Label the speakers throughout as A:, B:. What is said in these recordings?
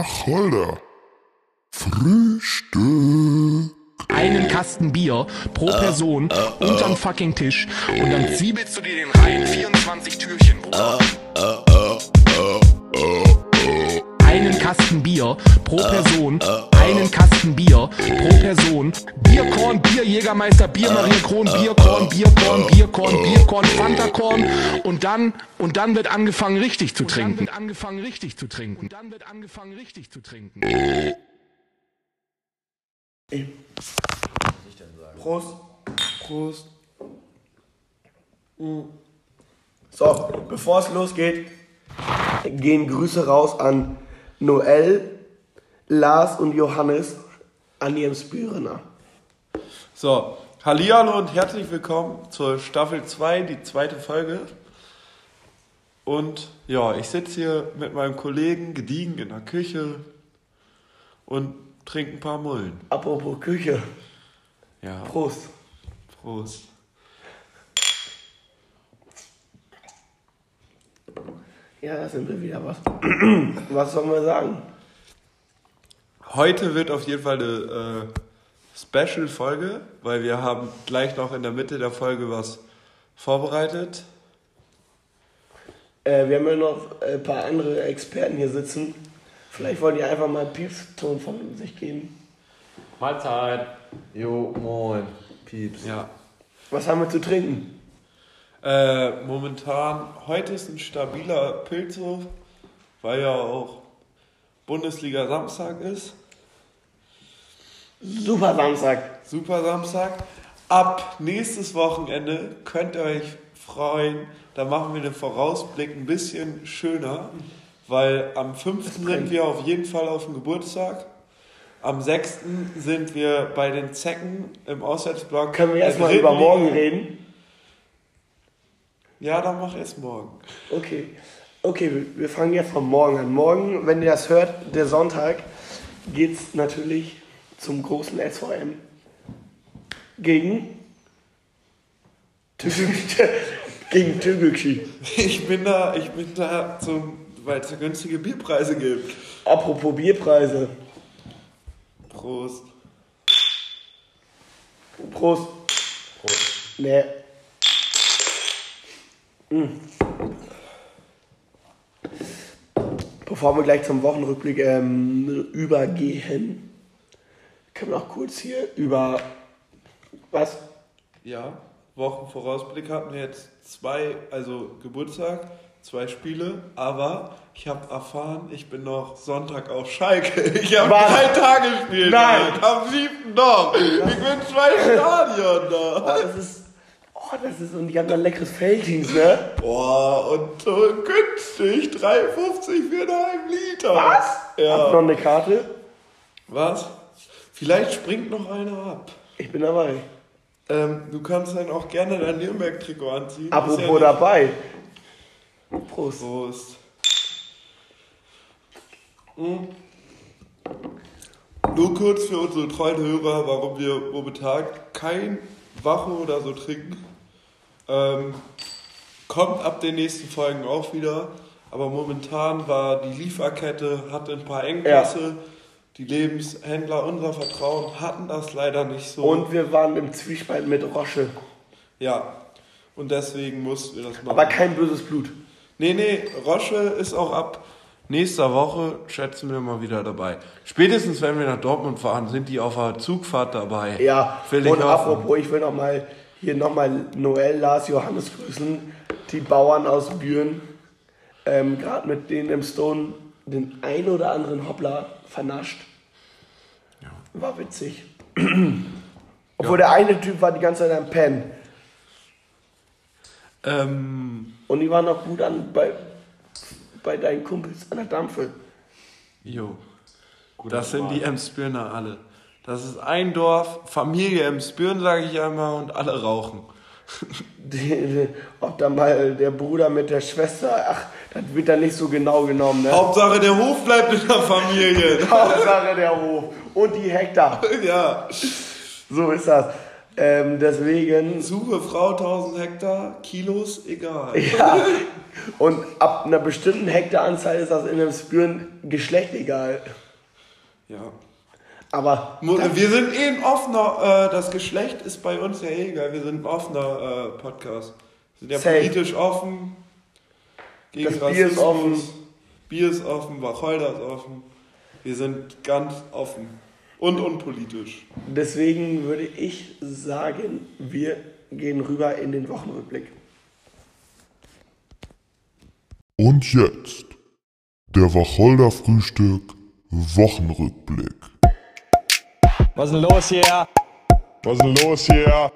A: Wacholder. Frühstück.
B: einen Kasten Bier pro Person unterm fucking Tisch und dann zwiebelst du dir den rein 24 Türchen, Bruder. äh, Einen Kasten Bier pro Person, einen Kasten Bier pro Person. Bierkorn, Bierjägermeister, Bier Maria Kron, Bierkorn, Bierkorn, Bierkorn, Bierkorn, Fantakorn und dann und dann wird angefangen richtig zu trinken. wird angefangen richtig zu trinken. Und dann wird angefangen richtig zu trinken.
C: Prost.
D: Prost.
C: Hm. So, bevor es losgeht, gehen Grüße raus an Noel, Lars und Johannes an ihrem Spürener.
D: So, Hallihallo und herzlich willkommen zur Staffel 2, die zweite Folge. Und ja, ich sitze hier mit meinem Kollegen gediegen in der Küche und trinke ein paar Mullen.
C: Apropos Küche.
D: Ja,
C: Prost.
D: Prost.
C: Ja, da sind wir wieder was. Was sollen wir sagen?
D: Heute wird auf jeden Fall eine äh, Special-Folge, weil wir haben gleich noch in der Mitte der Folge was vorbereitet.
C: Äh, wir haben ja noch ein paar andere Experten hier sitzen. Vielleicht wollen die einfach mal einen Piepston von sich geben.
E: Mahlzeit. Jo, moin. Pieps.
D: Ja.
C: Was haben wir zu trinken?
D: Äh, momentan, heute ist ein stabiler Pilzhof, weil ja auch Bundesliga Samstag ist.
C: Super Samstag.
D: Super Samstag. Ab nächstes Wochenende könnt ihr euch freuen. Da machen wir den Vorausblick ein bisschen schöner, weil am 5. sind wir auf jeden Fall auf dem Geburtstag. Am 6. sind wir bei den Zecken im Auswärtsblock.
C: Können wir
D: der
C: erstmal
D: dritten
C: über morgen
D: Liga.
C: Also reden?
D: Ja, dann mach erst morgen.
C: Okay. Okay, wir- wir fangen jetzt von morgen an. Morgen, wenn ihr das hört, der Sonntag, geht's natürlich zum großen SVM gegen Tübingen- gegen Tübingen.
D: Ich bin da, ich bin da zum, weil es da günstige Bierpreise gibt.
C: Apropos Bierpreise.
D: Prost.
C: Prost. Prost. Nee. Hm. Mm. Bevor wir gleich zum Wochenrückblick ähm, übergehen, können wir noch kurz hier über was?
D: Ja, Wochenvorausblick hatten wir jetzt zwei, also Geburtstag, zwei Spiele, aber ich habe erfahren, ich bin noch Sonntag auf Schalke. Ich habe
C: Was?
D: drei Tage gespielt.
C: Nein.
D: Alter. Am siebten noch. Ich bin zwei Stadion
C: Oh,
D: da.
C: das ist, oh, das ist und die haben dann leckeres Feldings, ne?
D: Boah, und so günstig, 3,50 für einen halben Liter.
C: Ja. Hast
D: Ja.
C: noch eine Karte?
D: Was? Vielleicht springt noch einer ab.
C: Ich bin dabei.
D: Ähm, du kannst dann auch gerne dein Nürnberg-Trikot anziehen. Ist ja
C: Apropos
D: nicht-
C: dabei. Prost.
D: Prost. Hm. Nur kurz für unsere treuen Hörer, warum wir momentan kein Wache oder so trinken. Ähm, kommt ab den nächsten Folgen auch wieder. Aber momentan war die Lieferkette, hatte ein paar Engpässe. Die Lebenshändler, unser Vertrauen hatten das leider nicht so.
C: Und wir waren im Zwiespalt mit Rosche.
D: ja. Und deswegen mussten wir das machen.
C: Aber kein böses Blut.
D: Nee, nee, Rosche ist auch ab nächster Woche, schätzen wir mal wieder dabei. Spätestens, wenn wir nach Dortmund fahren, sind die auf der Zugfahrt dabei.
C: Ja,
D: Will ich
C: und
D: hoffen.
C: apropos, ich will nochmal hier nochmal Noel, Lars, Johannes grüßen. Die Bauern aus Büren, ähm, gerade mit denen im Stone den ein oder anderen Hoppler vernascht. War witzig. Obwohl der eine Typ war die ganze Zeit am Pen.
D: Ähm,
C: Und die waren auch gut an bei, bei deinen Kumpels an der Dampfe.
D: jo. Das sind die Emsbirner alle. Das ist ein Dorf, Familie Emsbirn, sage ich einmal, und alle rauchen.
C: Die, die, ob da mal der Bruder mit der Schwester, ach, das wird dann nicht so genau genommen, ne?
D: Hauptsache, der Hof bleibt in der Familie.
C: Hauptsache der Hof und die Hektar.
D: ja.
C: So ist das. Ähm, deswegen,
D: Suche Frau 1000 Hektar, Kilos, egal.
C: ja. Und ab einer bestimmten Hektaranzahl ist das in einem Spüren Geschlecht egal.
D: Ja.
C: Aber
D: Mu- Wir sind eh ein offener, äh, das Geschlecht ist bei uns ja eh egal, wir sind ein offener äh, Podcast. Wir sind ja
C: Safe.
D: politisch offen. Gegen
C: Das Bier ist
D: Rassismus.
C: offen.
D: Bier ist offen, Wacholder ist offen. Wir sind ganz offen. Und unpolitisch.
C: deswegen würde ich sagen, wir gehen rüber in den Wochenrückblick.
A: Und jetzt der Wacholder-Frühstück Wochenrückblick.
F: Was ist denn los hier?
G: Was ist denn los hier?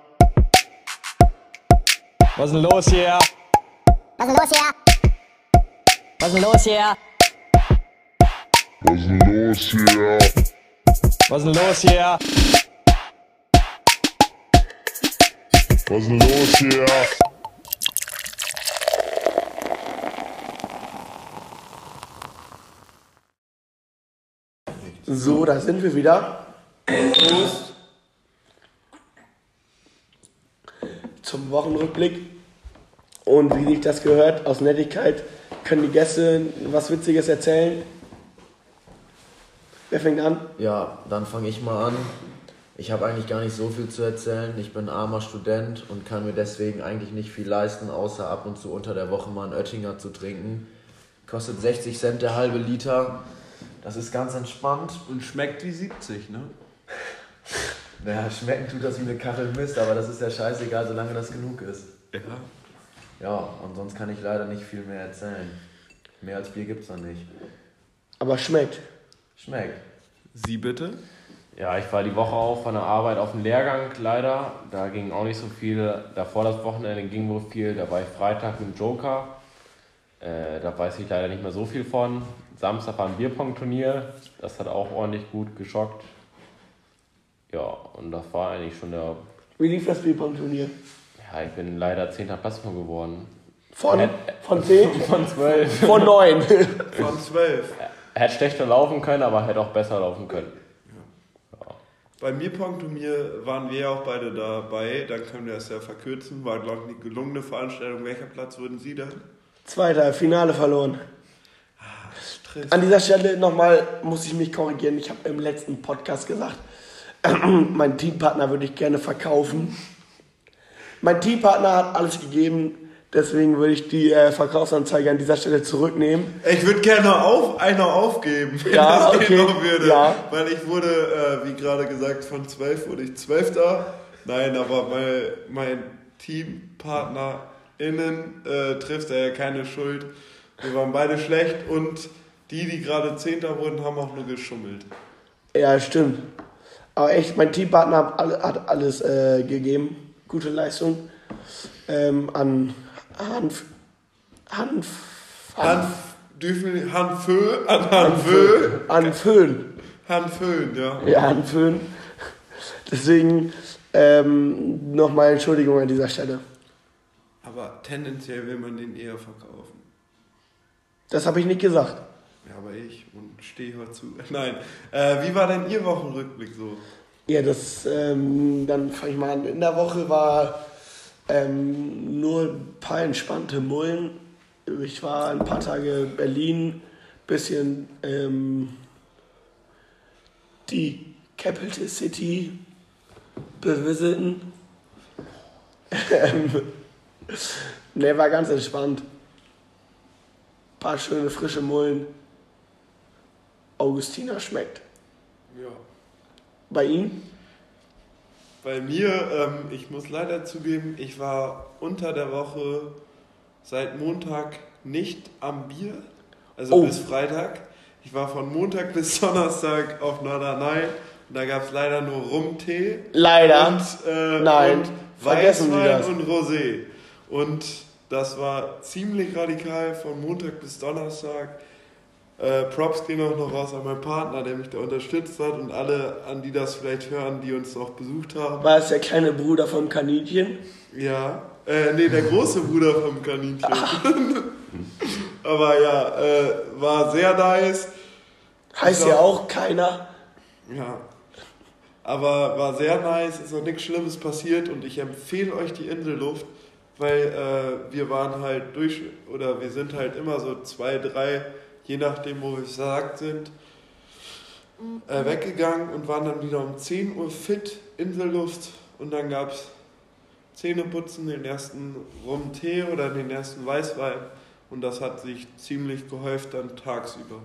F: Was ist denn los hier?
H: Was ist los hier?
F: Was ist denn los hier?
A: Was ist denn los hier?
F: Was ist denn los hier?
A: Was ist denn los hier?
C: So, da sind wir wieder. Prost. Zum Wochenrückblick. Und wie sich das gehört, aus Nettigkeit können die Gäste was Witziges erzählen. Wer fängt an?
I: Ja, dann fange ich mal an. Ich habe eigentlich gar nicht so viel zu erzählen. Ich bin armer Student und kann mir deswegen eigentlich nicht viel leisten, außer ab und zu unter der Woche mal einen Oettinger zu trinken. Kostet 60 Cent der halbe Liter. Das ist ganz entspannt.
E: Und schmeckt wie 70, ne?
I: Naja, schmecken tut das wie eine Kachel Mist, aber das ist ja scheißegal, solange das genug ist.
E: Ja.
I: Ja, und sonst kann ich leider nicht viel mehr erzählen. Mehr als Bier gibt's da nicht.
C: Aber schmeckt.
I: Schmeckt.
D: Sie bitte?
E: Ja, ich war die Woche auch von der Arbeit auf den Lehrgang, leider. Da ging auch nicht so viel. Davor das Wochenende ging wohl viel. Da war ich Freitag mit dem Joker. Äh, da weiß ich leider nicht mehr so viel von. Samstag war ein Bierpong-Turnier. Das hat auch ordentlich gut geschockt. Ja, und das war eigentlich schon der.
C: Wie lief das Bierpong-Turnier?
E: Ja, ich bin leider 10. Platz nur geworden.
C: Von, von 10?
E: Von 12.
C: Von 9.
D: Von 12.
E: Hätte schlechter laufen können, aber hätte auch besser laufen können.
D: Bei mir, Punkt und mir, waren wir ja auch beide dabei. Dann können wir das ja verkürzen. War, glaube ich, eine gelungene Veranstaltung. Welcher Platz würden Sie dann?
C: Zweiter, Finale verloren.
D: Stress.
C: An dieser Stelle nochmal muss ich mich korrigieren. Ich habe im letzten Podcast gesagt, meinen Teampartner würde ich gerne verkaufen. Mein Teampartner hat alles gegeben, deswegen würde ich die äh, Verkaufsanzeige an dieser Stelle zurücknehmen.
D: Ich würde gerne auf, einer aufgeben, wenn
C: Ja,
D: das gehen
C: okay,
D: noch würde.
C: ja.
D: Weil ich wurde, äh, wie gerade gesagt, von 12 wurde ich Zwölfter. Nein, aber weil mein TeampartnerInnen äh, trifft er ja keine Schuld. Wir waren beide schlecht und die, die gerade Zehnter wurden, haben auch nur geschummelt.
C: Ja, stimmt. Aber echt, mein Teampartner hat, alle- hat alles äh, gegeben. Gute Leistung. Ähm, an Hanf. Hanf. Ah.
D: Hanf, Düfel, Hanfö, an Hanfö,
C: An Föhn.
D: Hanföhn, ja.
C: Ja, anfühlen. Deswegen ähm, nochmal Entschuldigung an dieser Stelle.
D: Aber tendenziell will man den eher verkaufen.
C: Das habe ich nicht gesagt.
D: Ja, aber ich und stehe heute zu. Nein. Äh, wie war denn Ihr Wochenrückblick so?
C: Ja, das, ähm, dann fange ich mal an. In der Woche war ähm, nur ein paar entspannte Mullen. Ich war ein paar Tage Berlin, bisschen ähm, die Capital City bevisiten. Ähm, ne, war ganz entspannt. paar schöne frische Mullen. Augustiner schmeckt.
D: Ja.
C: Bei Ihnen?
D: Bei mir, ähm, ich muss leider zugeben, ich war unter der Woche seit Montag nicht am Bier. Also
C: Oh.
D: bis Freitag. Ich war von Montag bis Donnerstag auf Norderney. Und da gab es leider nur Rumtee.
C: Leider.
D: Und, äh,
C: Nein,
D: und
C: vergessen Sie
D: Weißwein
C: das.
D: und Rosé. Und das war ziemlich radikal von Montag bis Donnerstag. Äh, Props gehen auch noch raus an meinen Partner, der mich da unterstützt hat und alle, an die das vielleicht hören, die uns noch besucht haben.
C: War es der kleine Bruder vom Kaninchen?
D: Ja, äh, nee, der große Bruder vom Kaninchen. Aber ja, äh, war sehr nice.
C: Heißt
D: Ich glaub-
C: ja auch keiner.
D: Ja. Aber war sehr nice, ist noch nichts Schlimmes passiert und ich empfehle euch die Inselluft, weil äh, wir waren halt durch oder wir sind halt immer so zwei, drei, je nachdem, wo wir gesagt sind, äh, weggegangen und waren dann wieder um 10 Uhr fit, Inselluft und dann gab es Zähneputzen, den ersten Rum-Tee oder den ersten Weißwein und das hat sich ziemlich gehäuft dann tagsüber.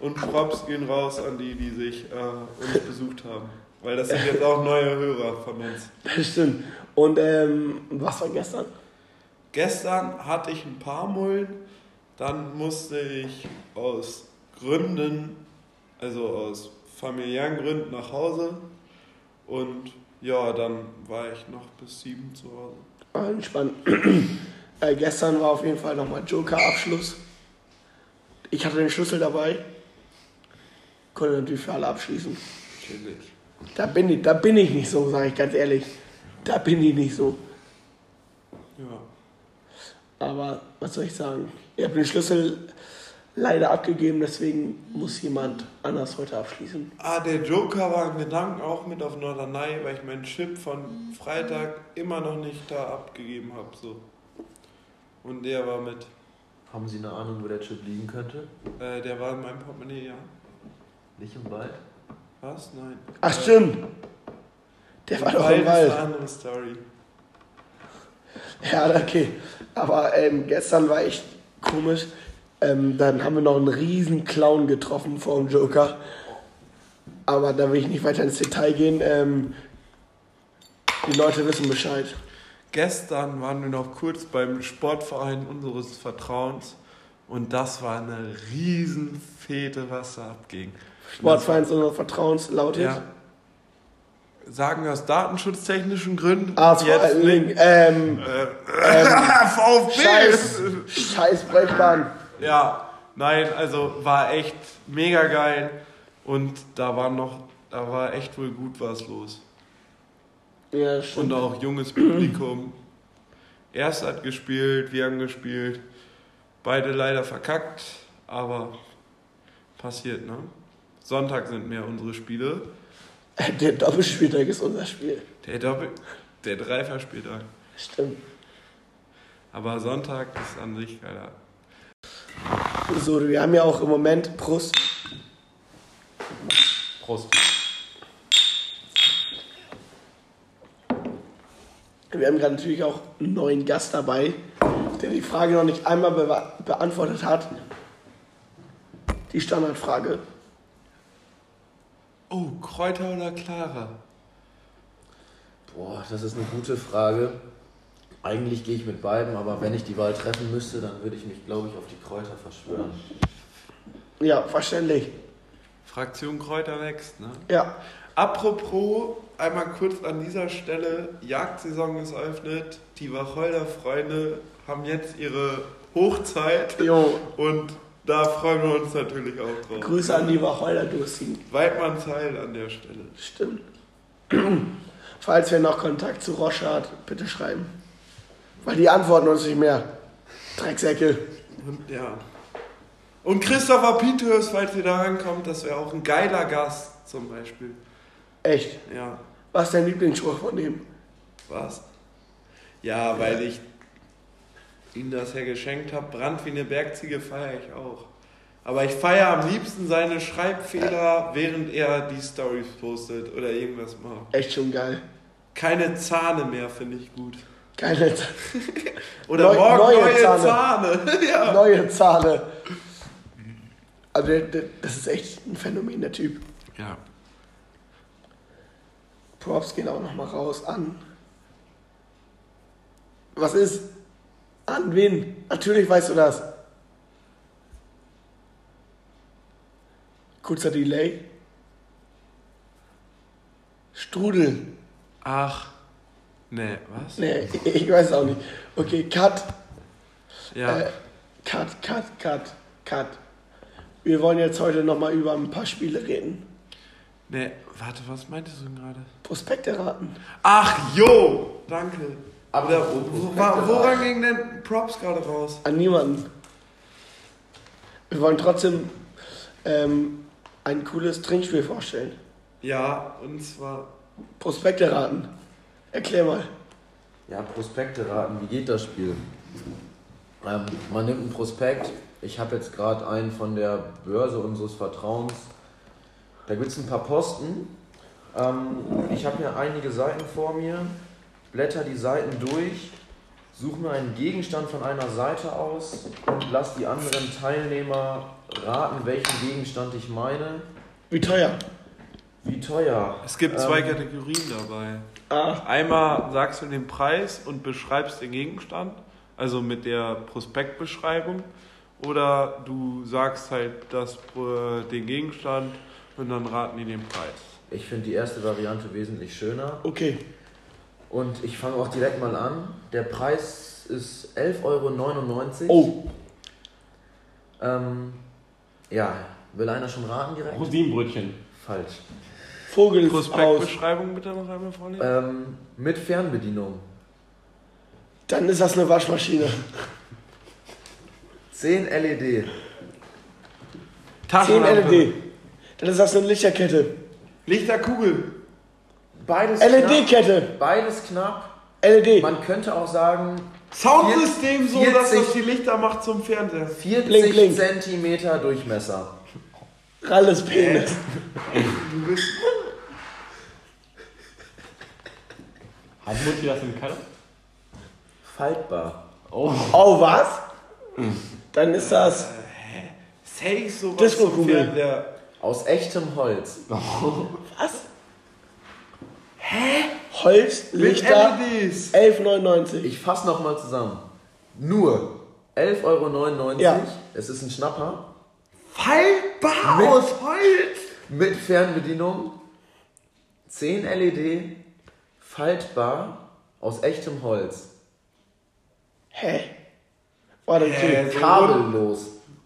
D: Und Props gehen raus an die, die sich äh, uns besucht haben. Weil das sind jetzt auch neue Hörer von uns.
C: Das stimmt. Und ähm, was war gestern?
D: Gestern hatte ich ein paar Mullen, dann musste ich aus Gründen, also aus familiären Gründen nach Hause. Und ja, dann war ich noch bis sieben zu Hause.
C: Ah, Entspannt. äh, gestern war auf jeden Fall nochmal Joker-Abschluss. Ich hatte den Schlüssel dabei. Konnte natürlich für alle abschließen.
D: Chillig.
C: Da bin ich, da bin ich nicht so, sage ich ganz ehrlich. Da bin ich nicht so.
D: Ja.
C: Aber was soll ich sagen? Ich habe den Schlüssel leider abgegeben, deswegen muss jemand anders heute abschließen.
D: Ah, der Joker war im Gedanken auch mit auf Norderney, weil ich meinen Chip von Freitag immer noch nicht da abgegeben habe. So. Und der war mit.
I: Haben Sie eine Ahnung, wo der Chip liegen könnte?
D: Äh, der war in meinem Portemonnaie, ja.
I: Nicht im Wald?
D: Was? Nein.
C: Ach stimmt! Der war doch im
D: ist
C: Wald.
D: eine andere Story.
C: Ja, okay. Aber ähm, gestern war echt komisch. Ähm, dann haben wir noch einen riesen Clown getroffen vor dem Joker. Aber da will ich nicht weiter ins Detail gehen. Ähm, die Leute wissen Bescheid.
D: Gestern waren wir noch kurz beim Sportverein unseres Vertrauens und das war eine riesen Fete, was da abging.
C: Sportvereins unseres Vertrauens lautet.
D: Ja. Sagen wir aus datenschutztechnischen Gründen.
C: ASV
D: jetzt nicht.
C: Link. Ähm,
D: Ah, VfB!
C: Scheiß, Scheiß Brechbahn.
D: Ja, nein, also war echt mega geil und da war noch, da war echt wohl gut was los.
C: Ja,
D: Und
C: stimmt.
D: auch junges Publikum. Erst hat gespielt, wir haben gespielt. Beide leider verkackt, aber passiert, ne? Sonntag sind mehr unsere Spiele.
C: Der Doppelspieltag ist unser Spiel.
D: Der Doppel, der Dreiferspieltag.
C: Stimmt.
D: Aber Sonntag ist an sich geiler.
C: So, wir haben ja auch im Moment Brust.
E: Prost.
C: Wir haben gerade natürlich auch einen neuen Gast dabei, der die Frage noch nicht einmal be beantwortet hat. Die Standardfrage.
D: Oh, Kräuter oder Clara?
I: Boah, das ist eine gute Frage. Eigentlich gehe ich mit beiden, aber wenn ich die Wahl treffen müsste, dann würde ich mich, glaube ich, auf die Kräuter verschwören.
C: Ja, verständlich.
D: Fraktion Kräuter wächst, ne?
C: Ja,
D: Apropos, einmal kurz an dieser Stelle, Jagdsaison ist eröffnet, die Wacholder-Freunde haben jetzt ihre Hochzeit
C: jo.
D: und da freuen wir uns natürlich auch drauf.
C: Grüße an die Wacholder Durstin.
D: Weidmanns Heil an der Stelle.
C: Stimmt. Falls wer noch Kontakt zu Roche hat, bitte schreiben. Weil die antworten uns nicht mehr. Drecksäcke.
D: Und ja. Und Christopher Pieters, falls ihr da rankommt, das wäre auch ein geiler Gast zum Beispiel.
C: Echt.
D: Ja,
C: Was ist dein Lieblingsspruch von dem?
D: was? Ja, weil ich ihm das ja geschenkt habe. Brand wie eine Bergziege feiere ich auch. Aber ich feiere am liebsten seine Schreibfehler, während er die Stories postet oder irgendwas macht.
C: Echt schon geil.
D: Keine Zahne mehr finde ich gut.
C: Geile,
D: Oder
C: Neu-
D: morgen
C: neue
D: neue, Zahne.
C: Zahne.
D: ja.
C: neue Zahle. Also, der- der- das ist echt ein Phänomen, der Typ.
D: ja.
C: Props gehen auch nochmal raus an. Was ist? An wen? Natürlich weißt du das. Kurzer Delay. Strudel.
D: Ach. Nee, was?
C: Nee, ich weiß es auch nicht. Okay, Cut.
D: Ja.
C: Äh, cut, Cut, Cut, Cut. Wir wollen jetzt heute nochmal über ein paar Spiele reden.
D: Nee, ne, warte, was meintest du denn gerade?
C: Prospekt erraten.
D: Ach, jo! Danke.
I: Aber
D: Oder, wo, wa- woran ging denn Props gerade raus?
C: An niemanden. Wir wollen trotzdem ähm, ein cooles Trinkspiel vorstellen.
D: Ja, und zwar.
C: Prospekte raten. Erklär mal.
I: Ja, Prospekte raten, wie geht das Spiel? Ähm, man nimmt einen Prospekt. Ich habe jetzt gerade einen von der Börse unseres Vertrauens. Da gibt es ein paar Posten. Ähm, ich habe hier einige Seiten vor mir, blätter die Seiten durch, suche mir einen Gegenstand von einer Seite aus und lasse die anderen Teilnehmer raten, welchen Gegenstand ich meine.
C: Wie teuer?
I: Wie teuer?
D: Es gibt zwei
C: Ähm,
D: Kategorien dabei.
C: ah.
D: Einmal sagst du den Preis und beschreibst den Gegenstand, also mit der Prospektbeschreibung. Oder du sagst halt das, äh, den Gegenstand und dann raten die den Preis.
I: Ich finde die erste Variante wesentlich schöner.
C: Okay.
I: Und ich fange auch direkt mal an. Der Preis ist 11,99 Euro.
C: Oh,
I: Ähm, ja, will einer schon raten direkt?
E: Rosinenbrötchen.
I: Falsch.
C: Vogel ist aus.
D: Prospektbeschreibung bitte noch einmal vorlesen.
I: Ähm, mit Fernbedienung.
C: Dann ist das eine Waschmaschine.
I: 10 LED. Ah,
C: 10
D: Taschenlampe.
C: LED. E Dann ist das eine Lichterkette. E
D: Lichterkugel.
I: Beides knapp.
C: LED-Kette.
I: Beides knapp.
C: LED.
I: Man könnte auch sagen,
D: Soundsystem so, dass das
I: 40.
D: die Lichter macht zum Fernseher.
I: 40
C: Blink, blink.
I: Zentimeter Durchmesser.
C: Ralles Penis.
I: Äh.
E: Hat Mutti das im Keller?
I: Faltbar.
C: Oh, was?
I: Hm.
C: Dann ist das.
D: Safe sowas zum
C: Disco-Kugel.
D: Fernseher.
I: Aus echtem Holz.
C: Was? Hä? Holz,
D: Mit
C: Lichter,
I: E
D: LEDs.
C: 11,99.
I: Ich fasse nochmal zusammen. Nur 11,99 Euro.
C: Ja.
I: Es ist ein Schnapper.
D: Faltbar
I: Mit-
D: aus
C: halt!
D: Holz.
I: Mit Fernbedienung. E 10 LED. Faltbar. Aus echtem Holz.
C: Hä? War das
D: Äh,
C: okay?
D: so un-
I: Kabellos.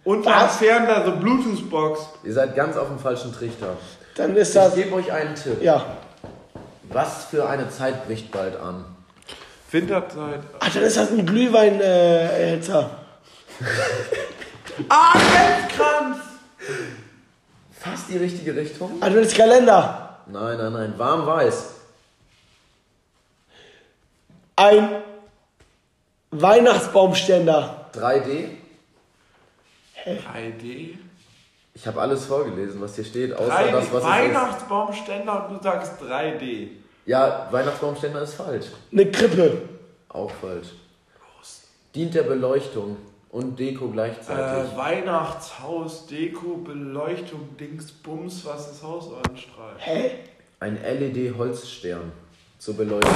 D: Und am
C: Was?
D: Fernseher so Bluetooth-Box.
I: Ihr seid ganz auf dem falschen Trichter.
C: Dann ist
I: Ich
C: das.
I: gebe euch einen Tipp.
C: Ja.
I: Was für eine Zeit bricht bald an?
D: Winterzeit.
C: Ach, dann ist das ein äh, Glühweinhälter.
D: Ah, Adventskranz.
I: Fast die richtige Richtung?
C: Adventskalender.
I: Nein, nein, nein. Warm weiß.
C: Ein Weihnachtsbaumständer.
I: 3D.
D: 3D.
I: Ich habe alles vorgelesen, was hier steht, außer
D: 3D.
I: das, was es ist.
D: Weihnachtsbaumständer und du sagst 3D.
I: Ja, Weihnachtsbaumständer ist falsch.
C: Eine Krippe.
I: Auch falsch. Dient der Beleuchtung und Deko gleichzeitig.
D: Äh, Weihnachtshaus, Deko, Beleuchtung, Dings, Bums, was das Haus anstrahlt.
C: Hä?
I: Ein LED-Holzstern zur Beleuchtung.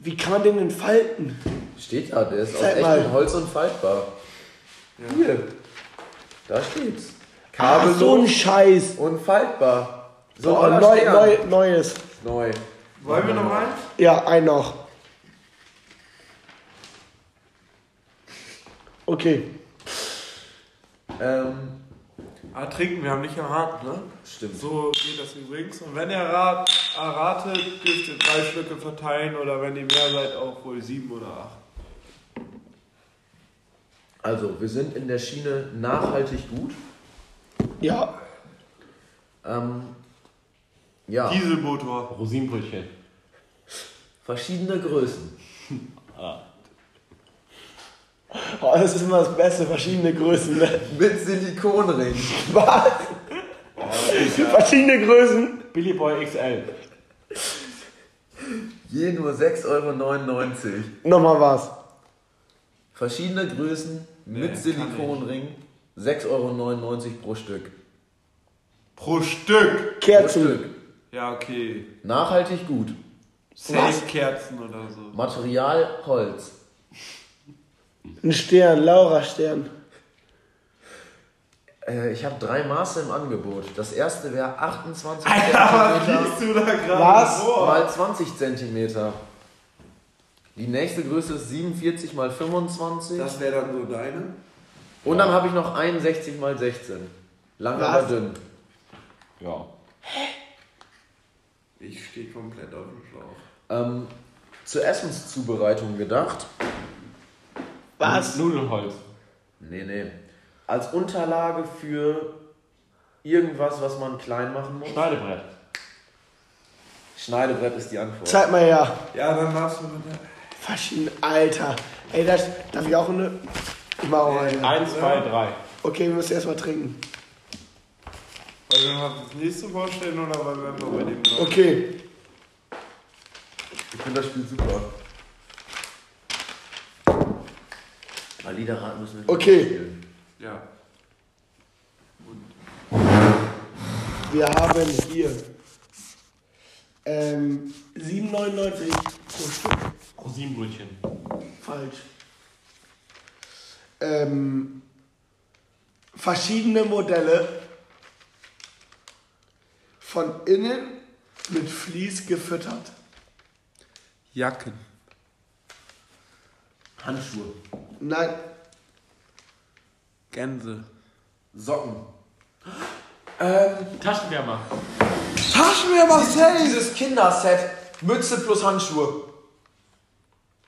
C: Wie kann man den entfalten?
I: Steht da, der ist aus
C: Zeig mal.
I: echtem Holz und faltbar. Hier. Da steht's.
C: Ach,
I: Kabellos
C: so ein Scheiß.
I: und faltbar. So,
C: Boah,
I: neuer
C: neu,
I: Stern.
C: neu, neues.
I: Neu.
D: Wollen wir noch eins?
C: Ja, ein noch. Okay.
I: Ähm,
D: Ah, trinken, wir haben nicht erraten, ne?
I: stimmt.
D: So geht das übrigens. Und wenn ihr rat, erratet, dürft ihr drei Stücke verteilen oder wenn ihr mehr seid, auch wohl sieben oder acht.
I: Also, wir sind in der Schiene nachhaltig gut.
C: Ja,
I: Ähm, ja,
D: Dieselmotor.
E: Rosinenbrötchen.
I: verschiedene Größen.
C: oh, das ist immer das Beste, verschiedene Größen. Ne?
I: Mit Silikonring.
C: Was? verschiedene Größen.
E: Billy Boy XL.
I: Je nur 6,99 Euro.
C: Nochmal was.
I: Verschiedene Größen mit
D: kann
I: Silikonring. 6,99 Euro pro Stück.
D: Pro Stück.
I: Pro
C: Kerzen.
I: Stück.
D: Ja, okay.
I: Nachhaltig gut.
D: Safe Kerzen oder so.
I: Material Holz.
C: Ein Stern, Laura Stern.
I: Äh, ich habe drei Maße im Angebot. Das erste wäre 28
D: Alter, was
I: Zentimeter
D: liest du da gerade?
C: Was?
D: vor?
I: mal 20 Zentimeter. Die nächste Größe ist 47 mal 25.
D: Das wäre dann so deine?
I: Und dann habe ich noch 61 mal 16. Lang
C: Was?
I: aber dünn.
E: Ja.
D: Ich stehe komplett auf dem Schlauch.
I: Ähm, zur Essenszubereitung gedacht.
C: Was?
E: Nudelholz.
I: Nee, nee. Als Unterlage für irgendwas, was man klein machen muss.
E: Schneidebrett.
I: Schneidebrett ist die Antwort.
C: Zeig mal her.
D: Ja, dann machst du mit der.
C: Faschin, Alter. Ey, das, darf ich auch eine? Ich mach auch eine.
E: Eins, zwei, drei.
C: Okay, wir müssen erstmal trinken.
D: Wollen wir noch das nächste vorstellen oder wollen wir einfach bei dem bleiben?
C: Okay.
I: Ich finde das Spiel super. Weil Lieder raten müssen wir.
C: Okay.
D: Ja.
C: Wir haben hier ähm, 7,99 pro Stück.
E: Sieben Brötchen.
C: Falsch. Ähm, verschiedene Modelle von innen mit Vlies gefüttert.
D: Jacken.
I: Handschuhe,
C: Nein,
D: Gänse.
I: Socken.
D: Ähm,
E: Taschenwärmer.
I: Taschenwärmer Set! Dieses Kinderset. Mütze plus Handschuhe.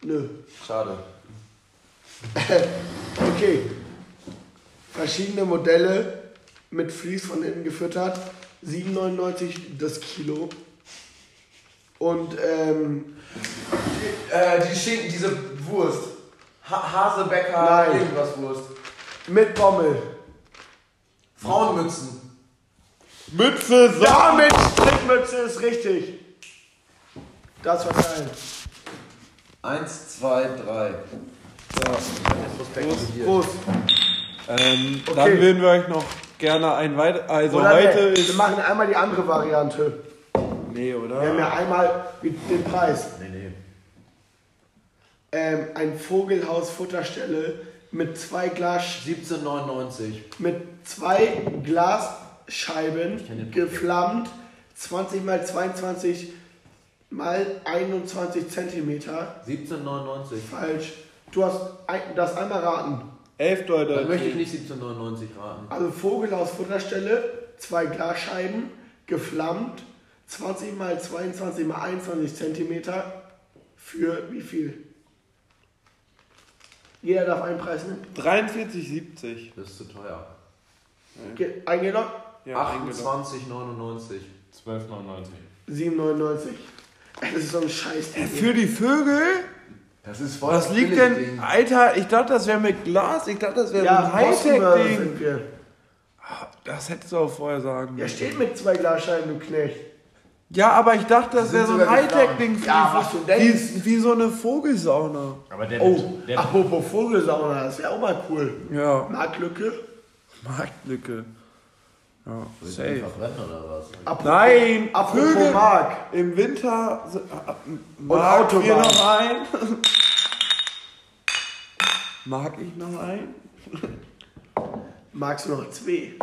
C: nö.
I: Schade.
C: Okay. Verschiedene Modelle mit Vlies von innen gefüttert. 7,99 das Kilo. Und ähm,
I: Äh, die Schinken, diese Wurst. Ha Hasebecker,
C: Nein.
I: irgendwas Wurst.
C: mit Bommel.
I: Frauenmützen.
D: Mütze, Socken.
C: Damit Strickmütze ist richtig. Das war geil.
I: Eins, zwei, drei.
C: Prost.
D: Ähm,
C: Okay.
D: Dann würden wir euch noch gerne ein weiter. Also
C: Oder
D: heute
C: wir, wir
D: ist.
C: machen einmal die andere Variante.
D: Nee, oder?
C: Wir haben ja einmal den Preis. Ähm, ein Vogelhaus Futterstelle mit zwei Glas
I: 17,99.
C: mit zwei Glasscheiben geflammt 20 mal 22 mal 21 Zentimeter.
I: 17,99.
C: Falsch. Du hast ein, das einmal raten.
D: Elf
I: Dann möchte ich
D: Leute.
I: nicht 17,99 raten.
C: Also Vogelhaus Futterstelle, zwei Glasscheiben, geflammt, 20 mal 22 mal 21 Zentimeter. Für wie viel? Jeder darf einen Preis nehmen.
D: 43,70.
I: Das ist zu teuer.
C: Ge- Eingeloggt?
D: Ja, eingeloggt.
I: 28,99.
E: 12,99.
C: 7,99. Ey, Das ist so ein Scheiß.
D: Für die Vögel?
I: Das ist voll
D: Was
I: das
D: liegt
I: billige
D: denn?
I: Ding.
D: Alter, ich dachte, das wäre mit Glas. Ich dachte, das wäre so
C: Ja,
D: ein
C: Bossenburger
D: Hightech-Ding.
C: sind wir.
D: Das hättest du auch vorher sagen
C: Der
D: müssen.
C: steht mit zwei Glasscheiben, du Knecht.
D: Ja, aber ich dachte, das
I: sind
D: wäre so ein
I: sogar
D: Hightech-Ding. für
C: Ja,
D: die
C: was
D: Vo-
C: du denkst.
D: Wie, wie so eine Vogelsauna.
E: Aber der,
C: Oh,
E: der,
C: apropos Vogelsauna, das wäre auch mal cool.
D: Ja,
C: Marktlücke.
D: Marktlücke. Ja,
I: Hey.
D: safe.
I: Verbrennen oder was?
C: Apropos-
D: Nein,
C: Apropos
D: Vögel.
C: Mark.
D: Im Winter so- mag
C: Autobahn.
D: wir noch ein. mag ich noch ein?
C: Magst du noch zwei?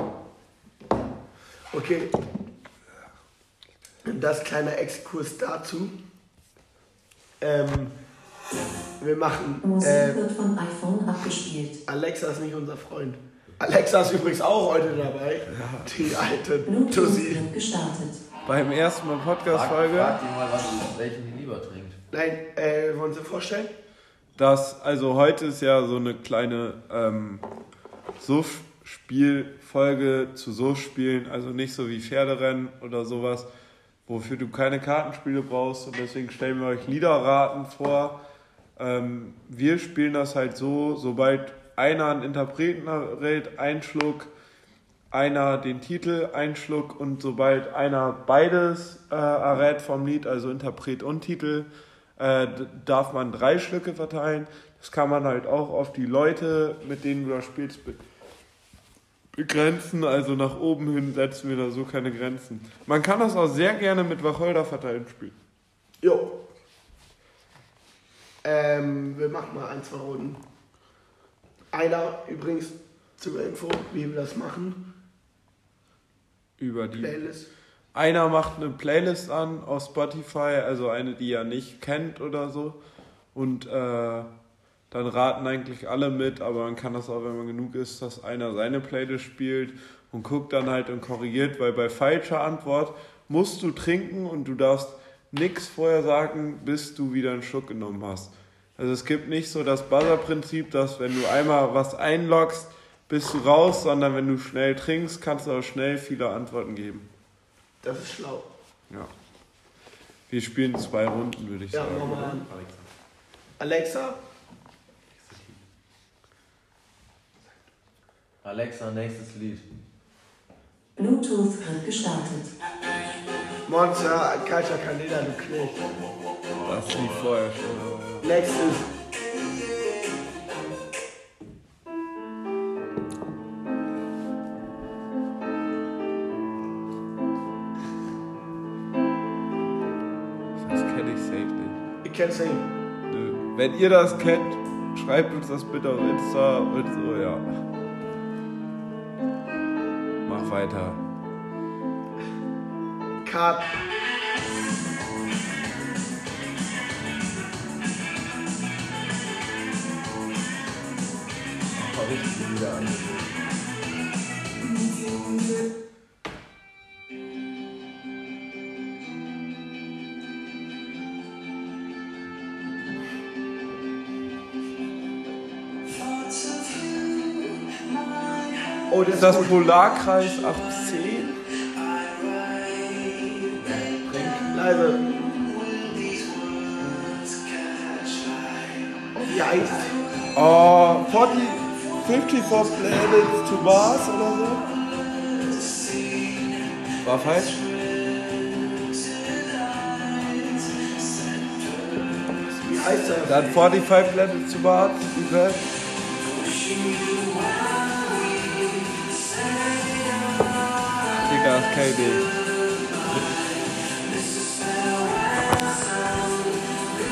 C: Okay. Und das kleiner Exkurs dazu. Ähm, wir machen.
J: Musik
C: Äh,
J: wird von iPhone abgespielt.
C: Alexa ist nicht unser Freund. Alexa ist übrigens auch heute dabei. Die alte
J: Bluetooth
C: Tussi.
J: wird gestartet.
D: Beim ersten Mal Podcast-Folge.
I: Frag die mal, was, welchen die lieber trinkt.
C: Nein, äh, wollen Sie vorstellen?
D: Das, also heute ist ja so eine kleine ähm, Suff-Spielfolge zu Suff-Spielen, also nicht so wie Pferderennen oder sowas, wofür du keine Kartenspiele brauchst und deswegen stellen wir euch Liederraten vor. Ähm, wir spielen das halt so, sobald einer einen Interpreten errät, ein Schluck, einer den Titel, ein Schluck und sobald einer beides äh, errät vom Lied, also Interpret und Titel, äh, d- darf man drei Schlücke verteilen. Das kann man halt auch auf die Leute, mit denen du das spielst, be begrenzen. Also nach oben hin setzen wir da so keine Grenzen. Man kann das auch sehr gerne mit Wacholder verteilen spielen.
C: Jo. Ähm, wir machen mal ein, zwei Runden. Einer übrigens zur Info, wie wir das machen.
D: Über die.
C: Playlist.
D: Einer macht eine Playlist an auf Spotify, also eine, die ihr nicht kennt oder so. Und äh, dann raten eigentlich alle mit, aber man kann das auch, wenn man genug ist, dass einer seine Playlist spielt und guckt dann halt und korrigiert, weil bei falscher Antwort musst du trinken und du darfst nichts vorher sagen, bis du wieder einen Schluck genommen hast. Also es gibt nicht so das Buzzer-Prinzip, dass wenn du einmal was einloggst, bist du raus, sondern wenn du schnell trinkst, kannst du auch schnell viele Antworten geben.
C: Das ist schlau.
D: Ja. Wir spielen zwei Runden, würde ich
C: Ja,
D: sagen.
C: mach mal an. Alexa?
I: Alexa, nächstes Lied.
J: Bluetooth wird gestartet.
C: Monster, Kalter Candela, du Knecht.
D: Das lief vorher schon. aber ja.
C: Nächstes.
D: Das kenne ich safe nicht.
C: Ich kenn's nicht.
D: Nö. Wenn ihr das kennt, schreibt uns das bitte auf Insta und so, ja. Mach weiter.
C: Cut.
I: Mal richtig wieder an.
C: Oh, das
D: Ist
C: ist
D: das
C: gut.
D: Polarkreis ab 10?
C: Leise. Oh, wie heißt
D: Oh, 40, 50 for Planets to Mars oder so? War falsch?
C: Wie heißt das?
D: Dann 45 Planets to Mars, die Welt. Digga, das kenn ich nicht.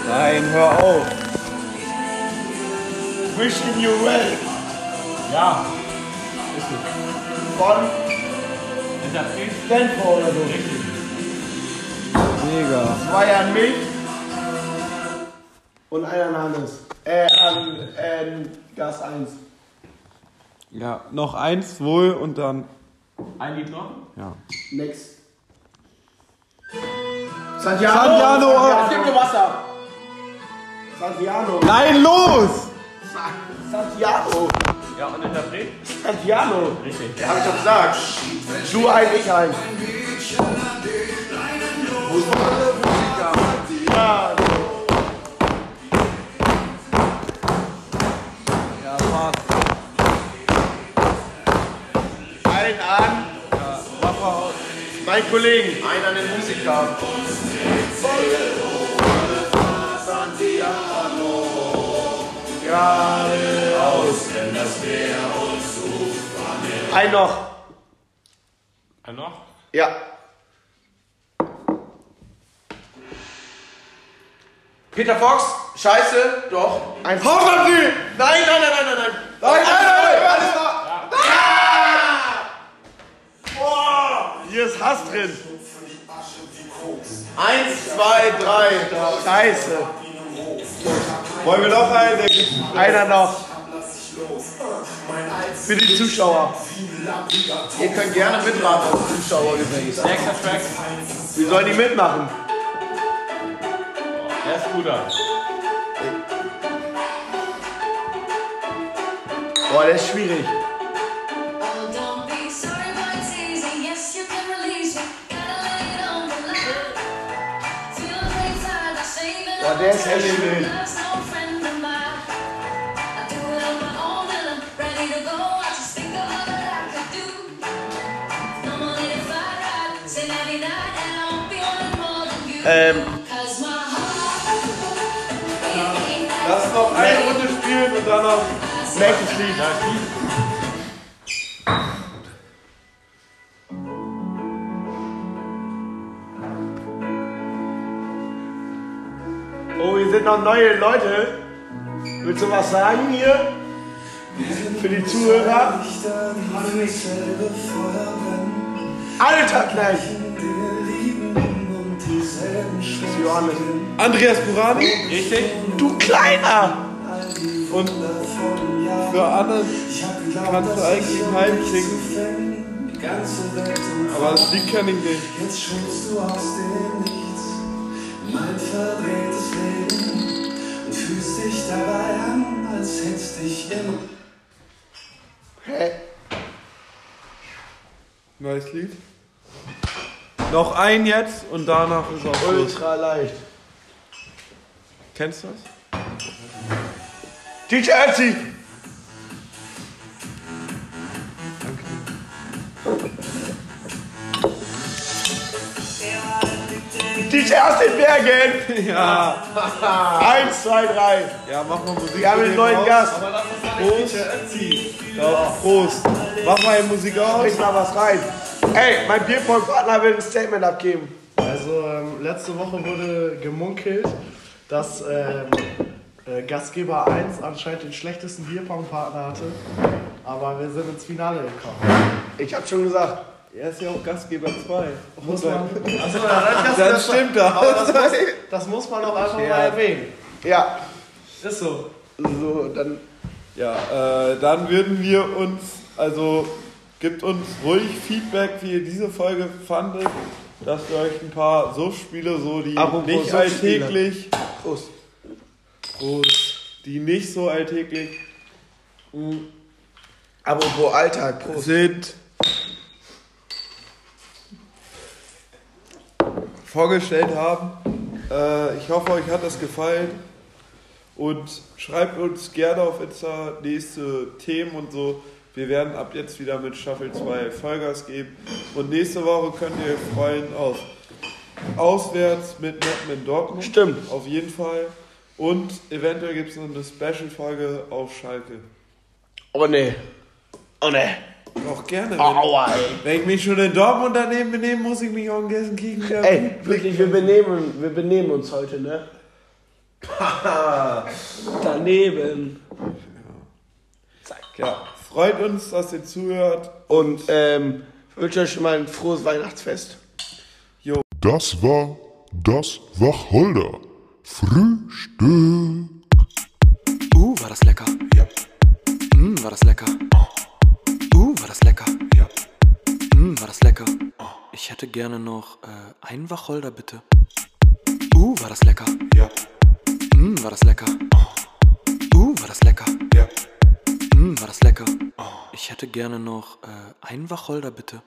D: Nein, hör auf.
C: Wishing You Well
E: Ja,
C: von
E: ist das richtig?
C: Stanford oder so.
D: Digga.
C: Zwei an mich und einer an Hannes. Äh, an ähm, Gast 1.
D: Ja, noch eins wohl und dann.
E: Ein Lied noch?
D: Ja.
C: Next. Santiano!
D: Santiano!
C: Gib mir Wasser! Santiano!
D: Nein, los!
C: Santiano!
E: Ja, und Interpret?
C: Santiano!
E: Richtig.
C: Hab ich doch gesagt. Du ein, ich ein.
D: Ja, passt.
C: Allen an. Mein Kollegen. Einen an den Musiker. Ein noch.
E: Ein noch?
C: Ja.
I: Peter Fox, scheiße, doch.
C: Ein Hauptamtli!
I: Nein, nein, nein, nein, nein, nein.
C: Nein, nein, nein, nein, alles klar. Boah, hier ist Hass drin.
I: Eins, zwei, drei.
C: Scheiße.
D: Wollen wir noch einen? Der geht
C: Einer noch. Für die Zuschauer.
I: Ihr könnt gerne mitraten als Zuschauer übrigens.
E: Nächster Track.
C: Wie sollen die mitmachen?
E: Der ist guter.
C: Boah, der ist schwierig.
J: Oh,
H: Ja, der ist echt
C: schön.
H: schön.
C: Ähm,
D: Lass noch eine Runde spielen und danach.
C: nächstes Lied. Oh, hier sind noch neue Leute. Willst du was sagen hier? Für die Zuhörer? Alter Knecht! Das ist Johannes.
D: Andreas Burani
E: Richtig?
C: Du Kleiner!
D: und für Anne kannst du eigentlich heim singen. Aber die kenne ich nicht.
C: Hä?
D: Neues Lied. Noch ein jetzt und danach ist auch Schluss.
C: Ultra leicht.
D: Kennst du das?
C: DJ Ötzi! DJ aus den Bergen!
D: Ja.
C: Eins, zwei, drei.
D: Ja, mach mal Musik.
C: Wir haben
D: für
C: einen
D: den
C: neuen
D: raus.
C: Gast.
D: Prost. Ja, Prost. Mach mal die Musik aus.
C: Bring mal was rein. Ey, mein Bierpong-Partner will ein Statement abgeben.
K: Also ähm, letzte Woche wurde gemunkelt, dass ähm, äh, Gastgeber 1 anscheinend den schlechtesten Bierpong-Partner hatte. Aber wir sind ins Finale gekommen.
C: Ich hab schon gesagt.
D: Er ist ja auch Gastgeber 2.
K: Muss man, also, das,
D: Dann stimmt das.
K: aber das, muss, das muss man doch einfach mal erwähnen.
C: Ja.
K: Ist so.
C: So, dann.
D: Ja, äh, dann würden wir uns, also gebt uns ruhig Feedback, wie ihr diese Folge fandet, dass wir euch ein paar Suff-Spiele, so die
C: Apropos
D: nicht
C: Suff-Spiele.
D: alltäglich,
C: Prost.
D: Prost, die nicht so alltäglich
C: Apropos Alltag, Prost.
D: sind, vorgestellt haben. Äh, ich hoffe, euch hat das gefallen. Und schreibt uns gerne auf Insta nächste Themen und so. Wir werden ab jetzt wieder mit Staffel 2 Vollgas geben. Und nächste Woche könnt ihr freuen auf Auswärts mit Meppen in Dortmund.
C: Stimmt.
D: Auf jeden Fall. Und eventuell gibt es noch eine Special-Folge auf Schalke.
C: Oh ne. Oh ne.
D: Auch gerne.
C: Aua, ey.
D: Wenn ich mich schon in Dortmund daneben benehmen, muss ich mich auch in Gelsenkirchen wieder
C: Ey, wirklich, wir benehmen, wir benehmen uns heute, ne? Daneben.
D: Ja, freut uns, dass ihr zuhört.
C: Und ähm, wünsche euch schon mal ein frohes Weihnachtsfest.
A: Das war das Wacholder. Frühstück.
L: Uh, war das lecker. Ja. Mm, war das lecker. Uh, war das lecker. Ja. Mm, war das lecker. Ich hätte gerne noch äh, einen Wacholder, bitte. Uh, war das lecker. Ja. Mm, war das lecker. Uh, war das lecker. Ja. Mm, war das lecker. Ich hätte gerne noch äh, einen Wacholder, bitte.